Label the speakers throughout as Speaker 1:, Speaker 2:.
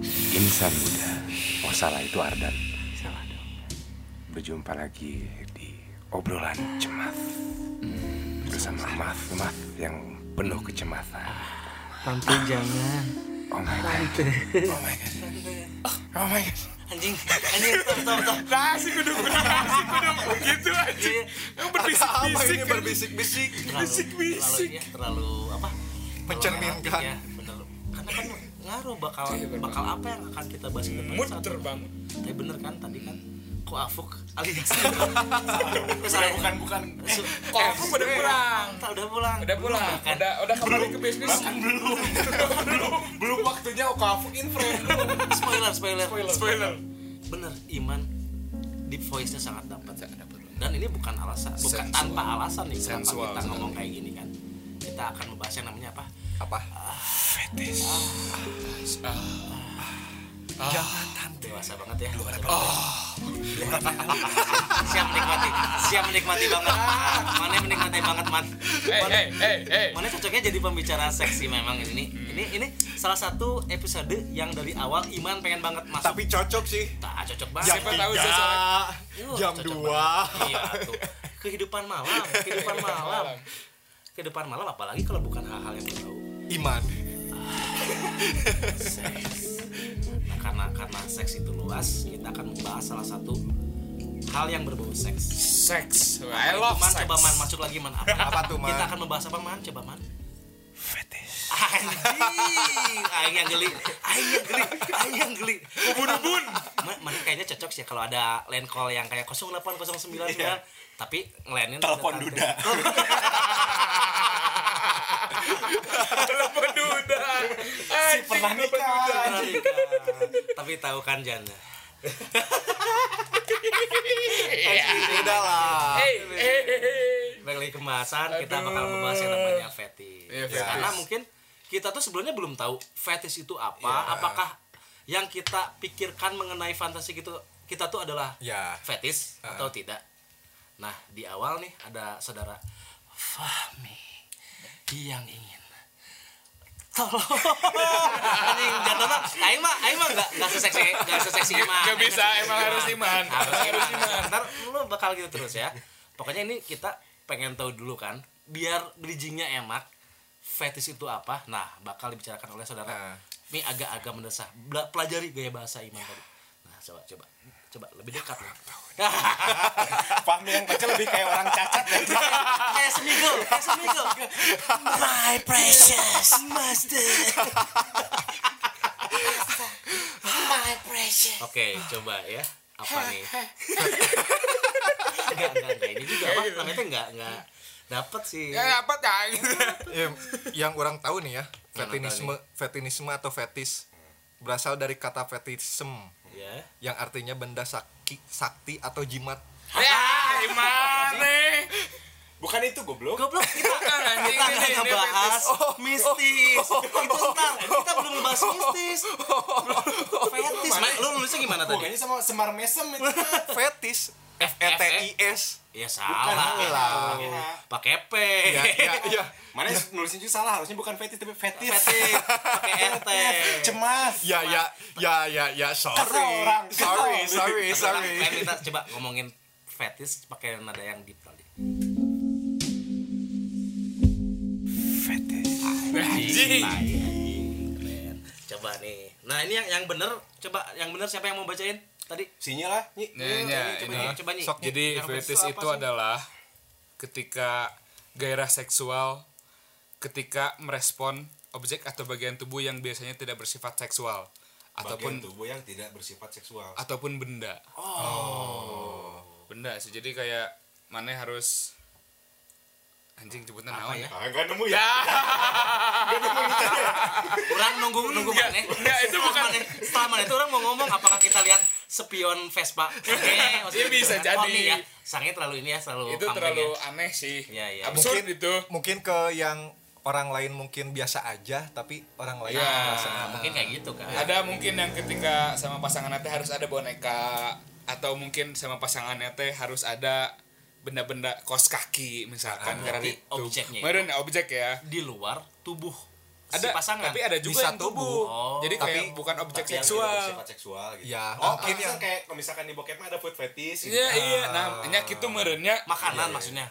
Speaker 1: Pesan Buddha. Ah, Oh salah itu Ardan.
Speaker 2: Salah dong.
Speaker 1: Berjumpa lagi di obrolan cemas
Speaker 3: Hmm.
Speaker 1: bersama Mas Mas yang penuh kecemasan.
Speaker 2: Tante jangan.
Speaker 1: Oh my god.
Speaker 2: Tante.
Speaker 1: Oh my god. Oh my god.
Speaker 2: Anjing, anjing, stop, stop, stop.
Speaker 4: Nasi kudu nasi kudu gitu aja.
Speaker 2: Iya.
Speaker 4: Yang
Speaker 3: apa ini
Speaker 4: berbisik-bisik kan.
Speaker 3: berbisik-bisik
Speaker 2: Terlalu-
Speaker 4: Bisik-bisik.
Speaker 2: Terlalu, ya, terlalu apa? terlalu
Speaker 3: Mencerminkan.
Speaker 2: naratif ya, bener. Karena kan ngaruh bakal
Speaker 4: Iya,
Speaker 2: bakal apa yang akan kita bahas ke depan.
Speaker 4: Mood
Speaker 2: saat-
Speaker 4: terbang.
Speaker 2: Tapi bener kan tadi kan koafuk alias. Salah bukan bukan.
Speaker 4: Kok aku udah pulang.
Speaker 2: eh, Udah pulang.
Speaker 4: Udah pulang.
Speaker 2: Kan?
Speaker 4: Udah udah kembali ke bisnis.
Speaker 3: belum waktunya Okafu info
Speaker 2: Spoiler, spoiler,
Speaker 4: Spoiler. Spoiler.
Speaker 2: bener iman deep voice nya sangat dapat dan ini bukan alasan bukan tanpa alasan nih kenapa
Speaker 3: Sensual
Speaker 2: kita
Speaker 3: sekali.
Speaker 2: ngomong kayak gini kan kita akan membahas yang namanya apa
Speaker 3: apa
Speaker 2: dewasa banget ya siap menikmati siap menikmati banget mana menikmati banget man
Speaker 4: Eh
Speaker 2: Mana-
Speaker 4: eh eh eh.
Speaker 2: mana cocoknya jadi pembicara seksi memang ini ini ini salah satu episode yang dari awal iman pengen banget masuk
Speaker 3: tapi cocok sih
Speaker 2: tak cocok
Speaker 3: jam
Speaker 2: banget
Speaker 4: Siapa tahu
Speaker 3: tiga,
Speaker 4: sesuai.
Speaker 2: Yuh,
Speaker 3: jam
Speaker 2: cocok
Speaker 3: dua
Speaker 2: banget. Iya, tuh. kehidupan malam kehidupan malam kehidupan malam apalagi kalau bukan hal-hal yang berbau
Speaker 3: iman
Speaker 2: seks nah, karena karena seks itu luas kita akan membahas salah satu hal yang berbau seks
Speaker 4: Sex. I
Speaker 2: Ayo,
Speaker 4: love
Speaker 2: man,
Speaker 4: sex.
Speaker 2: coba man masuk lagi man apa,
Speaker 3: Apa tuh, Man?
Speaker 2: kita akan membahas apa man coba man fetish anjing aing yang geli aing yang geli aing yang geli
Speaker 4: Ubun-ubun.
Speaker 2: man, man kayaknya cocok sih ya kalau ada line call yang kayak 08099 ya. tapi ngelainin
Speaker 3: Iya. Telepon
Speaker 2: tante-
Speaker 3: duda.
Speaker 4: Kalau peduda. Si
Speaker 3: pernah nikah
Speaker 2: tapi tahu kan jana
Speaker 4: Iya.
Speaker 3: udah lah
Speaker 4: Eh eh eh.
Speaker 2: balik lagi ke pembahasan kita
Speaker 4: Aduh.
Speaker 2: bakal membahas yang namanya fetish. Ya,
Speaker 4: Iya, fetish.
Speaker 2: Karena mungkin kita tuh sebenarnya belum tahu fetish itu apa,
Speaker 4: Iya.
Speaker 2: apakah yang kita pikirkan mengenai fantasi gitu kita tuh adalah
Speaker 3: Ya.
Speaker 4: Iya.
Speaker 2: fetish atau tidak. Nah, di awal nih ada saudara Fahmi yang ingin tolong anjing jangan tolong aing mah aing mah nggak nggak seseksi nggak seseksi iman
Speaker 4: Nggak bisa, emang harus iman.
Speaker 2: harus iman ntar lu bakal gitu terus ya pokoknya ini kita pengen tahu dulu kan biar bridgingnya enak fetish itu apa nah bakal dibicarakan oleh
Speaker 3: Nah.
Speaker 2: saudara ini agak-agak mendesah Bela- pelajari gaya bahasa iman tadi nah coba coba coba lebih dekat ya.
Speaker 3: Fahmi yang baca lebih kayak orang cacat ya
Speaker 2: kayak seminggu kayak seminggu my precious master
Speaker 5: My precious.
Speaker 2: Oke, coba ya. Apa nih? Enggak, enggak, enggak. Ini juga apa namanya tuh enggak enggak dapat sih.
Speaker 4: Ya apa tang?
Speaker 3: Em, yang orang tahu nih ya
Speaker 2: Yang orang
Speaker 3: fetinisme fetinisme atau fetis berasal dari kata fetism
Speaker 2: Ya.
Speaker 3: yang artinya benda sakti sakti atau jimat
Speaker 4: Ya gimana?
Speaker 3: bukan itu goblok
Speaker 2: Goblok kita
Speaker 4: Bukan, anjing,
Speaker 2: kita
Speaker 4: ini,
Speaker 2: nggak
Speaker 4: ini
Speaker 2: ngebahas mistis. Itu ntar kita belum ngebahas mistis. Fetis. Man, Lu nulisnya gimana
Speaker 6: Oh.
Speaker 2: tadi?
Speaker 3: sama semar mesem fetis F E T I S
Speaker 2: Ya salah. Pakai P.
Speaker 3: ya
Speaker 2: E
Speaker 3: ya ya
Speaker 6: Mana nulisnya juga salah, harusnya bukan fetis tapi fetis.
Speaker 2: Fetis. Pakai RT.
Speaker 6: Cemas.
Speaker 3: ya ya ya ya ya sorry
Speaker 6: orang.
Speaker 3: sorry sorry sorry
Speaker 2: Kan kita coba ngomongin fetis pakai nada yang deep tadi.
Speaker 4: Anjing.
Speaker 2: Keren. Coba nih. Nah, ini yang yang bener coba yang bener siapa yang mau bacain tadi?
Speaker 6: Sinyal lah, Nyi.
Speaker 4: Nyonya,
Speaker 2: coba
Speaker 4: ini.
Speaker 2: nih, coba nih.
Speaker 3: Sok.
Speaker 4: Jadi
Speaker 2: Yang
Speaker 4: fetish
Speaker 2: fetish
Speaker 4: itu
Speaker 2: apa sih?
Speaker 4: adalah ketika gairah seksual ketika merespon objek atau bagian tubuh yang biasanya tidak bersifat seksual
Speaker 6: Bagian
Speaker 4: ataupun
Speaker 6: tubuh yang tidak bersifat seksual.
Speaker 4: ataupun benda. Oh. Benda sih. Jadi kayak mana harus anjing sebutan naon ya?
Speaker 6: Ah, nggak nemu ya?
Speaker 2: Orang nunggu nunggu
Speaker 4: Enggak,
Speaker 2: mana?
Speaker 4: enggak, itu bukan.
Speaker 2: Mana? Setelah mana itu orang mau ngomong apakah kita lihat sepion Vespa? Eh, maksudnya gitu
Speaker 4: Iya, bisa
Speaker 2: kan.
Speaker 4: jadi.
Speaker 2: Oh, nih ya. Sangnya terlalu ini ya, terlalu
Speaker 4: Itu
Speaker 2: kampanye.
Speaker 4: terlalu aneh sih.
Speaker 2: Iya, iya.
Speaker 4: Absurd itu.
Speaker 3: mungkin ke yang orang lain mungkin biasa aja tapi orang lain
Speaker 4: Ya.
Speaker 3: merasa
Speaker 2: Nah, mungkin kayak gitu kan.
Speaker 4: Ada mungkin yang ketika sama pasangan teh harus ada boneka atau mungkin sama pasangannya teh harus ada benda-benda kos kaki misalkan karena
Speaker 2: berarti
Speaker 4: itu
Speaker 2: objeknya itu.
Speaker 4: Meren, objek ya
Speaker 2: Di luar tubuh Si
Speaker 4: ada
Speaker 2: pasangan?
Speaker 4: tapi ada juga
Speaker 3: Bisa
Speaker 4: yang tubuh.
Speaker 2: Oh.
Speaker 4: Jadi kayak
Speaker 3: Tapi-
Speaker 4: bukan objek
Speaker 6: Tapi gitu, yang
Speaker 4: seksual.
Speaker 6: bersifat seksual gitu.
Speaker 3: Ya,
Speaker 6: Oh,
Speaker 3: mungkin
Speaker 6: pantesan
Speaker 3: yang-
Speaker 6: kayak kalau misalkan di bokep mah ada food fetish. gitu.
Speaker 4: Iya, iya. Nah, nya gitu merenya.
Speaker 2: makanan maksudnya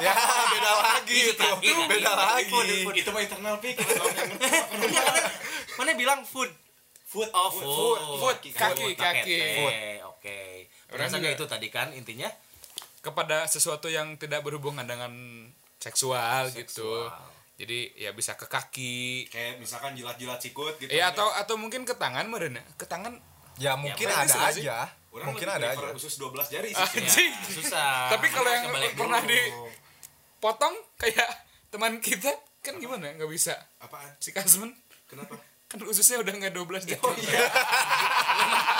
Speaker 3: ya beda lagi itu
Speaker 2: Gitu, gitu.
Speaker 3: beda
Speaker 6: Food,
Speaker 3: lagi
Speaker 6: food. Itu mah internal pik. Kita tahu yang ngerti.
Speaker 2: mana bilang food
Speaker 6: Food,
Speaker 2: oh
Speaker 6: food,
Speaker 2: food
Speaker 6: food, food,
Speaker 4: kaki,
Speaker 2: pakai
Speaker 4: kaki.
Speaker 2: teh.
Speaker 4: Food.
Speaker 2: Eh, oke
Speaker 4: Orang
Speaker 2: rasanya
Speaker 4: juga-
Speaker 2: itu tadi kan intinya
Speaker 4: kepada sesuatu yang tidak berhubungan dengan seksual, gitu. Jadi ya bisa ke kaki.
Speaker 6: Kayak misalkan jilat-jilat sikut gitu.
Speaker 4: Ya atau atau mungkin ke tangan merenya. Ke tangan
Speaker 3: ya mungkin
Speaker 4: Ya,
Speaker 3: ada
Speaker 4: bisa sih.
Speaker 3: aja
Speaker 6: Orang
Speaker 3: mungkin
Speaker 6: lebih
Speaker 3: ada
Speaker 6: prefer
Speaker 3: aja
Speaker 6: usus 12 jari sih.
Speaker 2: ya,
Speaker 4: anjing.
Speaker 2: susah
Speaker 4: Tapi kalau yang
Speaker 2: Kebalik dulu.
Speaker 4: pernah dipotong kayak teman kita kan gimana? nggak bisa.
Speaker 6: Apaan?
Speaker 4: Si Kasman
Speaker 6: Kenapa?
Speaker 4: kan ususnya udah nggak 12 jari.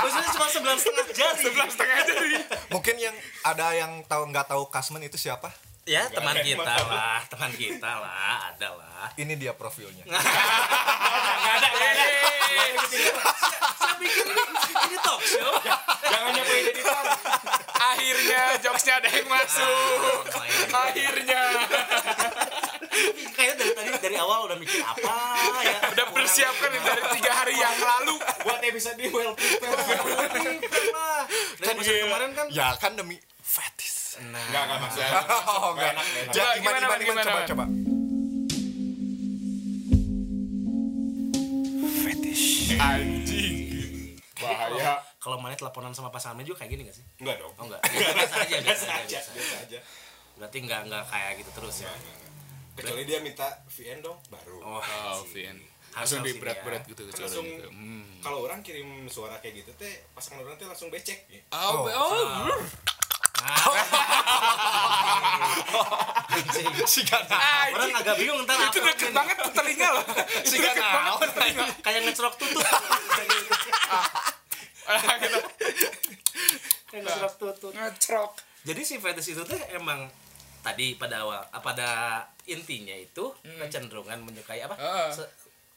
Speaker 2: maksudnya cuma sebelas setengah jari
Speaker 4: 11 setengah jari.
Speaker 3: mungkin yang ada yang tahu nggak tahu Kasmen itu siapa
Speaker 2: ya teman kita lah teman kita lah ada lah
Speaker 3: ini dia profilnya
Speaker 4: Ah,
Speaker 2: nggak ada nggak ada
Speaker 4: Iya,
Speaker 2: saya pikir ini, ini talk show
Speaker 6: Jangan nyapain jadi tamu.
Speaker 4: Akhirnya jokesnya ada yang masuk. Akhirnya
Speaker 2: kayaknya dari tadi dari awal udah mikir apa ya
Speaker 4: udah persiapkan dari tiga hari yang lalu.
Speaker 6: Buat episode di well prepared.
Speaker 2: dari
Speaker 4: iya.
Speaker 2: episode kemarin kan
Speaker 3: ya kan demi fetis
Speaker 6: Enggak, enggak maksudnya.
Speaker 3: oh enggak
Speaker 4: Coba,
Speaker 3: jadi gimana,
Speaker 4: gimana,
Speaker 3: gimana,
Speaker 4: gimana,
Speaker 3: coba
Speaker 4: Man?
Speaker 3: coba
Speaker 1: fetish
Speaker 6: Bahaya.
Speaker 2: kalau mana teleponan sama pasangannya juga kayak gini gak sih
Speaker 6: Enggak dong.
Speaker 2: oh enggak biasa aja biasa aja
Speaker 6: Aja,
Speaker 2: biasa.
Speaker 6: biasa aja.
Speaker 2: berarti nggak nggak kayak gitu terus ya
Speaker 6: Kecuali dia minta VN dong, baru.
Speaker 2: oh, iya.
Speaker 4: Oh,
Speaker 2: sih.
Speaker 4: Vin.
Speaker 2: Harus
Speaker 4: Langsung
Speaker 2: tahu
Speaker 4: di
Speaker 2: sih
Speaker 4: berat-berat
Speaker 2: dia.
Speaker 4: gitu
Speaker 6: Kan
Speaker 4: kecuali
Speaker 6: langsung
Speaker 4: gitu. Hmm.
Speaker 6: kalau orang kirim suara kayak gitu teh pasangan orang teh langsung becek ya.
Speaker 4: Oh, be- oh, brr.
Speaker 3: si gana
Speaker 4: Ah,
Speaker 2: orang agak bingung ntar
Speaker 4: itu
Speaker 2: apa
Speaker 4: deket banget ke telinga loh. Itu
Speaker 3: si
Speaker 4: deket
Speaker 3: gana
Speaker 4: banget.
Speaker 2: kayak ngecerok tutup
Speaker 6: Gitu,
Speaker 4: Ah, gitu.
Speaker 2: kayak ngecerok tutup
Speaker 4: Ngecrok.
Speaker 2: jadi si fetish itu teh emang tadi pada awal ah, pada intinya itu kecenderungan menyukai apa
Speaker 4: Hmm. Heeh.
Speaker 2: Se-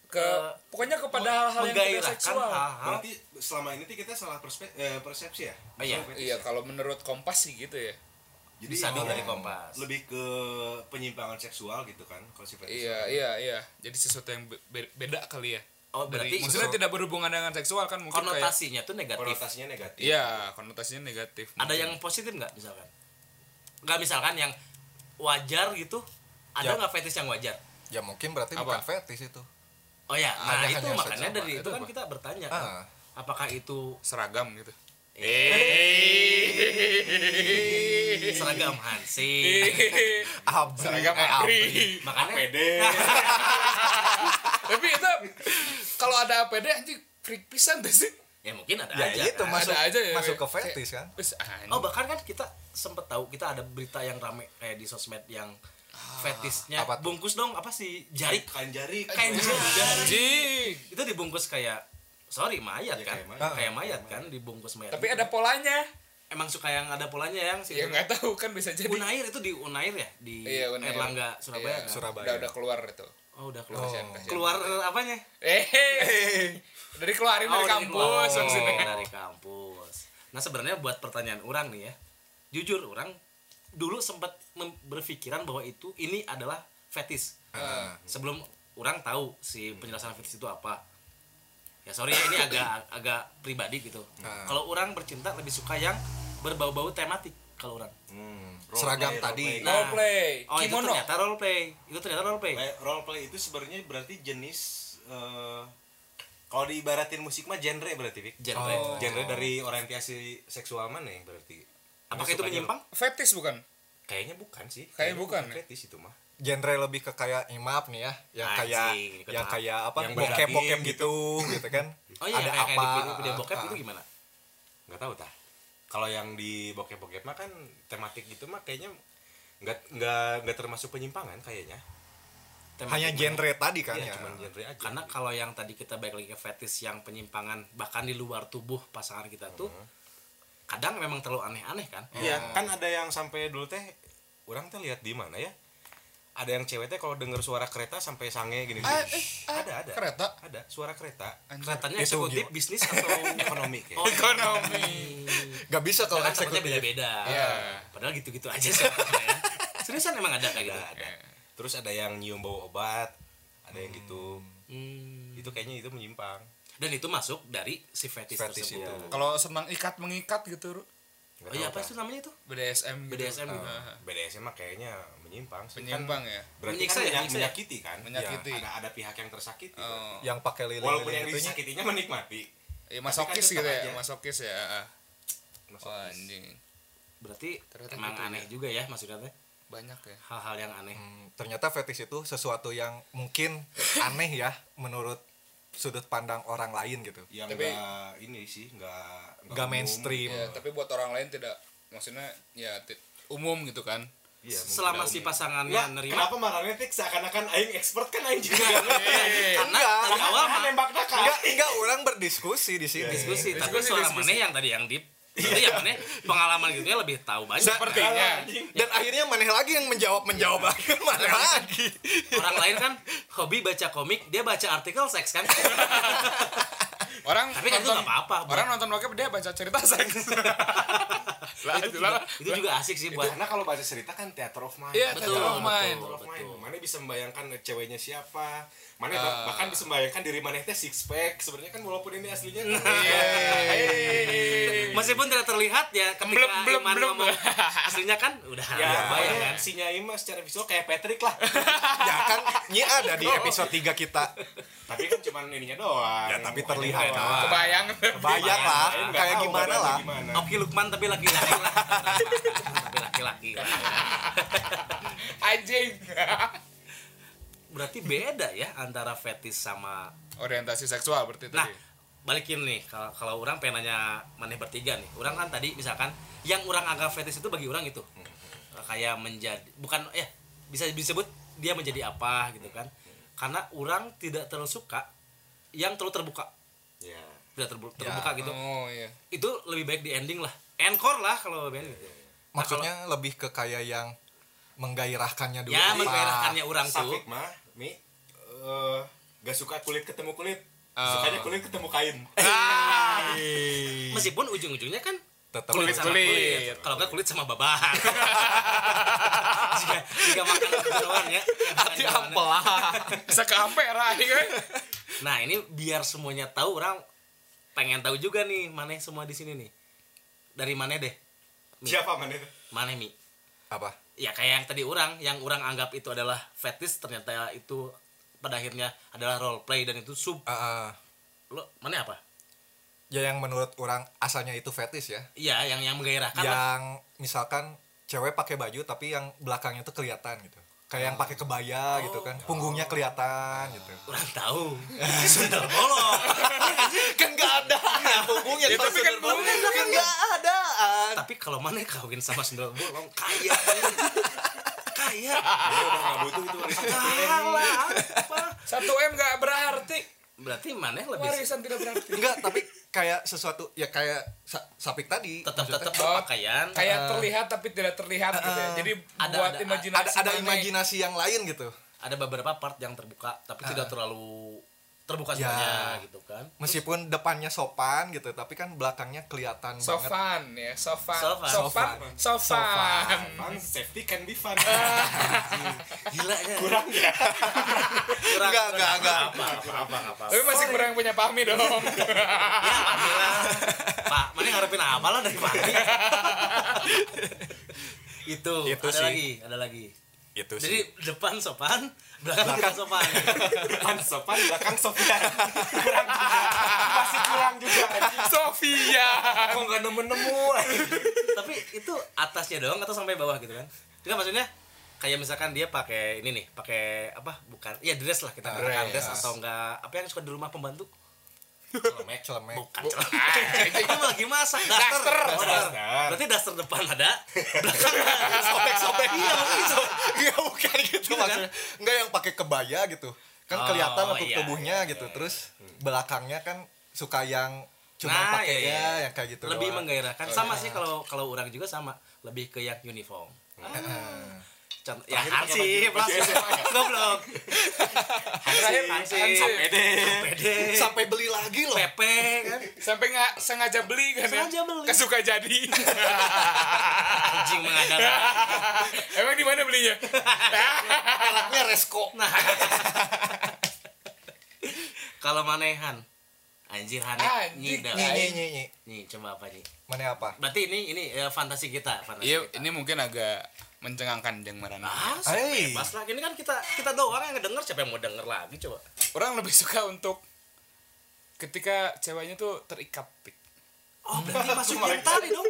Speaker 4: Ke
Speaker 2: Eh,
Speaker 4: pokoknya kepada hal-hal yang tidak
Speaker 2: menggairahkan
Speaker 4: seksual.
Speaker 2: hal-hal
Speaker 6: Berarti selama ini teh kita salah perspe- eh, persepsi ya?
Speaker 2: Oh, iya.
Speaker 6: Soal fetish
Speaker 4: Iya,
Speaker 6: ya?
Speaker 4: kalau menurut Kompas sih gitu ya.
Speaker 6: Jadi
Speaker 2: bisa
Speaker 6: emang
Speaker 2: dari kompas
Speaker 6: lebih ke penyimpangan seksual gitu kan kalau si fetish.
Speaker 4: Iya, iya, iya. Jadi sesuatu yang be- be- beda kali ya.
Speaker 2: oh
Speaker 4: Dari,
Speaker 2: berarti
Speaker 4: maksudnya tidak berhubungan dengan seksual kan mungkin kayak
Speaker 2: konotasinya tuh negatif
Speaker 6: Konotasinya negatif.
Speaker 4: Iya, konotasinya negatif.
Speaker 2: ada
Speaker 4: mungkin.
Speaker 2: yang positif nggak misalkan nggak misalkan yang wajar gitu ada
Speaker 3: Ya.
Speaker 2: nggak fetish yang wajar
Speaker 3: ya mungkin berarti
Speaker 4: Apa?
Speaker 3: bukan fetis itu
Speaker 2: oh ya nah
Speaker 3: Ada
Speaker 2: itu
Speaker 3: hanya
Speaker 2: makanya
Speaker 3: seksual,
Speaker 2: dari
Speaker 4: Pak.
Speaker 2: itu
Speaker 4: Itu
Speaker 2: kan
Speaker 4: apa?
Speaker 2: kita bertanya
Speaker 3: Ah.
Speaker 2: apakah itu
Speaker 4: seragam gitu.
Speaker 2: seragam Hansi
Speaker 3: abri
Speaker 4: seragam
Speaker 3: eh,
Speaker 4: APRI.
Speaker 2: makanya
Speaker 6: Pede.
Speaker 4: Tapi itu kalau ada APD anjing freak pisan tuh sih.
Speaker 2: ya mungkin ada
Speaker 3: ya
Speaker 2: aja
Speaker 3: itu
Speaker 2: kan.
Speaker 3: masuk
Speaker 4: Ada aja ya,
Speaker 3: masuk
Speaker 4: Wi.
Speaker 3: ke fetis kan
Speaker 4: Terus anjing.
Speaker 2: oh bahkan kan kita sempet tahu kita ada berita yang rame kayak di sosmed yang fetishnya
Speaker 3: apa tuh?
Speaker 2: bungkus dong apa sih jari
Speaker 6: Kain jari.
Speaker 2: kain jari
Speaker 4: Anjing.
Speaker 2: itu dibungkus kayak sorry mayat
Speaker 6: Ya,
Speaker 2: kan
Speaker 6: kayak mayat.
Speaker 2: kayak mayat kan dibungkus mayat
Speaker 4: Tapi ada polanya.
Speaker 2: emang suka yang ada polanya yang si
Speaker 4: Ya nggak tahu kan bisa jadi.
Speaker 2: Unair itu di Unair ya di
Speaker 4: Iya, Unair.
Speaker 2: Erlangga Surabaya
Speaker 4: Iya,
Speaker 2: kan?
Speaker 3: Surabaya.
Speaker 4: Udah udah keluar itu.
Speaker 2: oh udah keluar
Speaker 4: Kasihan, kasihan.
Speaker 2: keluar eh, apanya
Speaker 4: Eh, dari keluarin dari
Speaker 2: Oh, udah keluar.
Speaker 4: kampus maksudnya.
Speaker 2: Oh, dari kampus nah sebenarnya buat pertanyaan orang nih ya jujur orang dulu sempat mem- berpikiran bahwa itu ini adalah fetis sebelum orang tahu si
Speaker 4: Hmm.
Speaker 2: penjelasan fetis itu apa ya sorry ya ini agak agak pribadi gitu
Speaker 4: Hmm.
Speaker 2: kalau orang bercinta lebih suka yang berbau-bau tematik kalau orang
Speaker 3: Seragam tadi.
Speaker 6: Nah,
Speaker 4: Role play,
Speaker 2: oh itu
Speaker 4: kimono.
Speaker 2: ternyata role play itu ternyata role play
Speaker 6: role play itu sebenarnya berarti jenis eh, kalau diibaratin musik mah genre berarti, Vic.
Speaker 2: Genre. Oh.
Speaker 6: Genre dari orientasi seksual mana ya berarti?
Speaker 2: apakah itu
Speaker 6: Sukanya-
Speaker 2: menyimpang
Speaker 4: Fetis bukan?
Speaker 6: Kayaknya bukan sih.
Speaker 4: Kayaknya bukan, ya?
Speaker 6: Fetish itu mah.
Speaker 3: genre lebih ke kayak imap nih ya yang
Speaker 2: Anjing,
Speaker 3: kayak
Speaker 2: ikut
Speaker 3: yang
Speaker 2: up.
Speaker 3: kayak apa
Speaker 6: Yang
Speaker 3: bokep
Speaker 6: beragam
Speaker 3: bokep gitu gitu kan
Speaker 2: oh iya
Speaker 3: ada
Speaker 2: kayak,
Speaker 3: apa
Speaker 2: kayak di video bokep
Speaker 3: ah,
Speaker 2: itu
Speaker 3: ah.
Speaker 2: gimana
Speaker 6: nggak tahu tah kalau yang di bokep-bokep mah kan tematik gitu mah kayaknya nggak nggak nggak termasuk penyimpangan kayaknya
Speaker 2: Tematik
Speaker 3: hanya
Speaker 2: mana?
Speaker 3: genre tadi kan
Speaker 6: Iya,
Speaker 3: ya
Speaker 6: cuman genre aja
Speaker 2: karena kalau yang tadi kita balik lagi ke fetis yang penyimpangan bahkan di luar tubuh pasangan kita tuh kadang memang terlalu aneh-aneh kan
Speaker 6: iya kan ada yang sampai dulu teh orang teh lihat di mana ya ada yang cewek teh kalau denger suara kereta sampai sange gini, gini. ada ada
Speaker 4: Ah, eh, kereta?
Speaker 6: ada suara kereta
Speaker 2: kelihatannya
Speaker 3: Itu
Speaker 2: eksekutif
Speaker 3: gimana?
Speaker 2: bisnis atau
Speaker 6: ekonomi kayak
Speaker 2: Oh,
Speaker 4: Ekonomi.
Speaker 3: nggak bisa kalau
Speaker 2: kan takutnya
Speaker 3: eksekutif
Speaker 2: beda-beda
Speaker 4: Iya.
Speaker 2: padahal gitu-gitu aja sih ya. seriusan emang ada kayak gitu
Speaker 6: terus ada yang nyium bau obat ada ada yang gitu
Speaker 2: Hmm.
Speaker 6: itu kayaknya itu menyimpang
Speaker 2: Dan itu masuk dari si fetish,
Speaker 3: Fetish
Speaker 2: tersebut.
Speaker 3: itu.
Speaker 4: Kalau senang ikat mengikat gitu, Ru.
Speaker 6: iya.
Speaker 2: Oh
Speaker 6: Nggak
Speaker 2: iya
Speaker 6: tahu
Speaker 2: apa
Speaker 6: apa.
Speaker 2: itu namanya itu?
Speaker 4: BDSM gitu.
Speaker 2: BDSM gitu.
Speaker 4: Ah,
Speaker 6: BDSM mah kayaknya menyimpang sih.
Speaker 4: Penyimpang
Speaker 6: Kan
Speaker 4: ya.
Speaker 6: berarti
Speaker 2: Menyiksa ya,
Speaker 6: kan menya-
Speaker 2: menyiksa ya?
Speaker 6: menyakiti kan Ya,
Speaker 4: Menyakiti.
Speaker 6: ada ada pihak yang tersakiti
Speaker 4: Oh.
Speaker 6: berarti.
Speaker 3: ya. yang pakai lilin
Speaker 6: walaupun yang
Speaker 3: itunya
Speaker 6: disakitinya menikmati
Speaker 4: Ya,
Speaker 6: Tapi kan
Speaker 4: masokis
Speaker 6: tetap
Speaker 4: gitu ya,
Speaker 6: aja.
Speaker 4: masokis ya. ah.
Speaker 6: Masuk.
Speaker 4: Wah, anjing.
Speaker 2: Berarti
Speaker 4: Ternyata
Speaker 2: emang
Speaker 4: gitu
Speaker 2: aneh juga ya maksudnya teh.
Speaker 4: Banyak ya.
Speaker 2: hal-hal yang aneh.
Speaker 3: Hmm, ternyata fetish itu sesuatu yang mungkin aneh ya menurut sudut pandang orang lain gitu
Speaker 6: yang
Speaker 4: Tapi-
Speaker 6: nggak ini sih
Speaker 3: nggak
Speaker 6: nggak umum.
Speaker 2: Iya,
Speaker 3: mainstream
Speaker 4: Ya, tapi buat orang lain tidak maksudnya ya ti- umum gitu kan.
Speaker 6: Iya, mungkin Iya.
Speaker 2: Selama
Speaker 6: nggak
Speaker 2: si
Speaker 6: umum.
Speaker 2: pasangannya
Speaker 6: Nggak,
Speaker 2: nerima
Speaker 6: kenapa marahnya tik seakan-akan aing expert kan aing juga
Speaker 2: Iya, karena dari awal
Speaker 6: kan
Speaker 2: mah
Speaker 6: nembak nakal
Speaker 3: enggak enggak orang berdiskusi di sini
Speaker 2: diskusi, tapi
Speaker 4: Iya, Diskusi,
Speaker 2: suara
Speaker 4: diskusi.
Speaker 2: mana yang tadi yang deep itu yang mana pengalaman gitu ya lebih tahu banyak kan?
Speaker 4: Sepertinya
Speaker 3: Ah,
Speaker 4: Iya.
Speaker 3: dan akhirnya maneh lagi yang menjawab menjawab lagi maneh lagi
Speaker 2: orang lain kan hobi baca komik dia baca artikel seks kan
Speaker 4: orang
Speaker 2: Tapi kan itu nggak apa-apa, Bang.
Speaker 4: Orang nonton bokep dia baca cerita seks. lah,
Speaker 2: itu,
Speaker 4: itu
Speaker 2: juga,
Speaker 4: lah.
Speaker 2: itu juga asik sih buat
Speaker 6: karena kalau baca cerita kan teater of mind
Speaker 4: Iya,
Speaker 2: betul
Speaker 4: Betul,
Speaker 2: betul,
Speaker 4: main.
Speaker 2: betul,
Speaker 6: Teater of mind. Mana bisa membayangkan ceweknya siapa Mana
Speaker 2: Ah.
Speaker 6: bah- bahkan bisa membayangkan diri mana teh six pack sebenarnya kan walaupun ini aslinya
Speaker 2: Iya.
Speaker 6: kan-
Speaker 2: meskipun tidak terlihat ya ketika
Speaker 4: Blep, blep,
Speaker 2: Iman
Speaker 4: blep.
Speaker 2: ngomong aslinya kan udah
Speaker 6: ya,
Speaker 2: ya, bayang
Speaker 6: ya
Speaker 2: kan
Speaker 6: si Nyai mah secara visual kayak Patrick lah
Speaker 3: ya kan ini ada di episode 3 kita
Speaker 6: tapi kan cuman ininya doang
Speaker 3: Ya, tapi terlihat
Speaker 6: Mukanya
Speaker 3: lah.
Speaker 6: doang.
Speaker 4: Bayang.
Speaker 3: bayang lah
Speaker 6: Aing nggak
Speaker 3: kayak
Speaker 6: tahu
Speaker 3: gimana
Speaker 6: badannya
Speaker 3: lah
Speaker 6: gimana.
Speaker 2: Oki Lukman tapi laki-laki lah tapi laki-laki lah.
Speaker 4: Anjing.
Speaker 2: berarti beda ya antara fetis sama
Speaker 4: Orientasi seksual berarti
Speaker 2: Nah,
Speaker 4: tadi.
Speaker 2: balikin nih kalau kalau orang pengen nanya maneh bertiga nih. Orang kan tadi misalkan yang orang anggap fetish itu bagi orang itu. Eh, Kayak menjadi bukan ya bisa disebut dia menjadi apa gitu kan. Karena orang tidak terlalu suka yang terlalu terbuka,
Speaker 6: Ya.
Speaker 2: tidak terbu- terbuka gitu.
Speaker 4: Oh iya.
Speaker 2: Itu lebih baik di ending lah. Encore lah kalau band gitu.
Speaker 3: maksudnya lebih ke kayak yang menggairahkannya dulu
Speaker 2: Ya,
Speaker 3: Pak.
Speaker 2: menggairahkannya orang tuh.
Speaker 6: Safik mah Mi eh, gak suka kulit ketemu kulit
Speaker 2: Oh.
Speaker 4: Ah.
Speaker 6: sukanya kulit ketemu kain
Speaker 2: Meskipun ujung-ujungnya kan
Speaker 3: tetap
Speaker 2: kulit sama kulit,
Speaker 4: Kulit-kulit.
Speaker 2: kalau nggak kulit sama babahan jika, jika makan jeroan ya hati
Speaker 4: Bisa kan? ke ampera anjing.
Speaker 2: nah ini biar semuanya tahu orang pengen tahu juga nih mana semua di sini nih dari mana deh Mi.
Speaker 6: siapa mana itu
Speaker 2: mana mi
Speaker 3: apa
Speaker 2: ya kayak yang tadi orang yang orang anggap itu adalah fetish ternyata itu pada akhirnya adalah role play dan itu sub
Speaker 3: Ah, ah.
Speaker 2: lo mana apa
Speaker 3: ya yang menurut orang asalnya itu fetish ya
Speaker 2: iya yang yang menggairahkan lah.
Speaker 3: yang misalkan cewek pakai baju tapi yang belakangnya tuh kelihatan gitu kayak yang pakai kebaya gitu kan punggungnya kelihatan gitu
Speaker 2: orang tahu sundel bolong Iya,
Speaker 3: kan nggak ada punggungnya
Speaker 4: Ya, tapi kan
Speaker 3: kan nggak ada
Speaker 2: tapi kalau mana kawin sama sundel bolong kaya kaya
Speaker 6: Mana udah gak butuh itu warisan
Speaker 2: kalah apa
Speaker 4: Satu M gak berarti.
Speaker 2: berarti mana lebih
Speaker 4: Warisan tidak berarti.
Speaker 3: enggak tapi kayak sesuatu ya kayak sa- sapik tadi
Speaker 2: tetap tetap
Speaker 3: Maksudnya,
Speaker 2: berpakaian
Speaker 4: Kayak terlihat tapi tidak terlihat gitu ya. Jadi
Speaker 2: Eh, Ada-
Speaker 4: buat
Speaker 2: ada-
Speaker 4: imajinasi.
Speaker 3: ada ada
Speaker 4: mana-
Speaker 3: imajinasi yang lain gitu
Speaker 2: ada beberapa part yang terbuka tapi tidak terlalu terbuka
Speaker 3: Ah. Ya.
Speaker 2: semuanya gitu kan
Speaker 3: meskipun depannya sopan gitu tapi kan belakangnya kelihatan banget
Speaker 4: Sofan ya, sofan.
Speaker 2: Sofan.
Speaker 4: Sofan. Sofan.
Speaker 6: Fun, safety can be fun
Speaker 2: gila ya kurang ya kurang
Speaker 3: Enggak, enggak, enggak.
Speaker 2: apa apa apa apa
Speaker 4: Tapi masih kurang punya pahmi dong.
Speaker 2: ya pak gila. pak mana ngarepin apa lah dari mana itu,
Speaker 3: Itu
Speaker 2: ada
Speaker 3: sih.
Speaker 2: lagi ada lagi
Speaker 3: itu
Speaker 2: jadi depan sopan belakang tidak sopan
Speaker 6: depan sopan belakang sopan kurang juga masih kurang juga anjing.
Speaker 4: Sofia.
Speaker 6: kok gak nemu-nemu
Speaker 2: tapi itu atasnya doang atau sampai bawah gitu kan Enggak maksudnya kayak misalkan dia pakai ini nih pakai apa bukan ya dress lah kita dress, dress atau enggak apa yang suka di rumah pembantu
Speaker 3: celemek celemek
Speaker 2: bukan itu gitu lagi masak daster, daster. berarti daster depan ada belakang ada. sobek sobek iya maksudnya gitu.
Speaker 3: Iya bukan gitu
Speaker 2: kan?
Speaker 3: maksudnya. Enggak yang pakai kebaya gitu. Kan
Speaker 2: Oh,
Speaker 3: kelihatan untuk
Speaker 2: iya, Hmm.
Speaker 3: tubuhnya gitu. Terus belakangnya kan suka yang cuma
Speaker 2: Nah,
Speaker 3: pakai
Speaker 2: iya,
Speaker 3: ya,
Speaker 2: iya.
Speaker 3: yang kayak gitu.
Speaker 2: lebih
Speaker 3: doang.
Speaker 2: menggairahkan sama sih kalau kalau orang juga sama lebih ke yang uniform
Speaker 3: Ah.
Speaker 2: Contoh, ya hansip lah goblok
Speaker 4: Terakhir Hansip.
Speaker 6: pede
Speaker 2: pede
Speaker 3: sampai beli lagi loh.
Speaker 2: pepe kan
Speaker 4: Sampai nggak sengaja beli kan ya?
Speaker 2: Sengaja beli.
Speaker 4: Kesuka jadi.
Speaker 2: anjing mengadakan
Speaker 3: Ya.
Speaker 4: Emang di mana belinya?
Speaker 3: Mereknya Resko.
Speaker 2: Nah, kalau manehan anjir hane nyi
Speaker 4: Anjing,
Speaker 2: dah.
Speaker 3: Nyi nyi nyi nyi.
Speaker 2: Nyi, coba apa nih
Speaker 3: Mana apa?
Speaker 2: berarti ini ini eh, fantasi kita fantasi
Speaker 4: Iya,
Speaker 2: kita.
Speaker 4: ini mungkin agak mencengangkan jeung marana.
Speaker 2: ah hey.
Speaker 3: Hey.
Speaker 2: bebas lah ini kan kita kita doang yang ngedenger siapa yang mau denger lagi coba
Speaker 4: Orang lebih suka untuk ketika ceweknya tuh terikat. Pik.
Speaker 2: oh berarti masuk yang tadi dong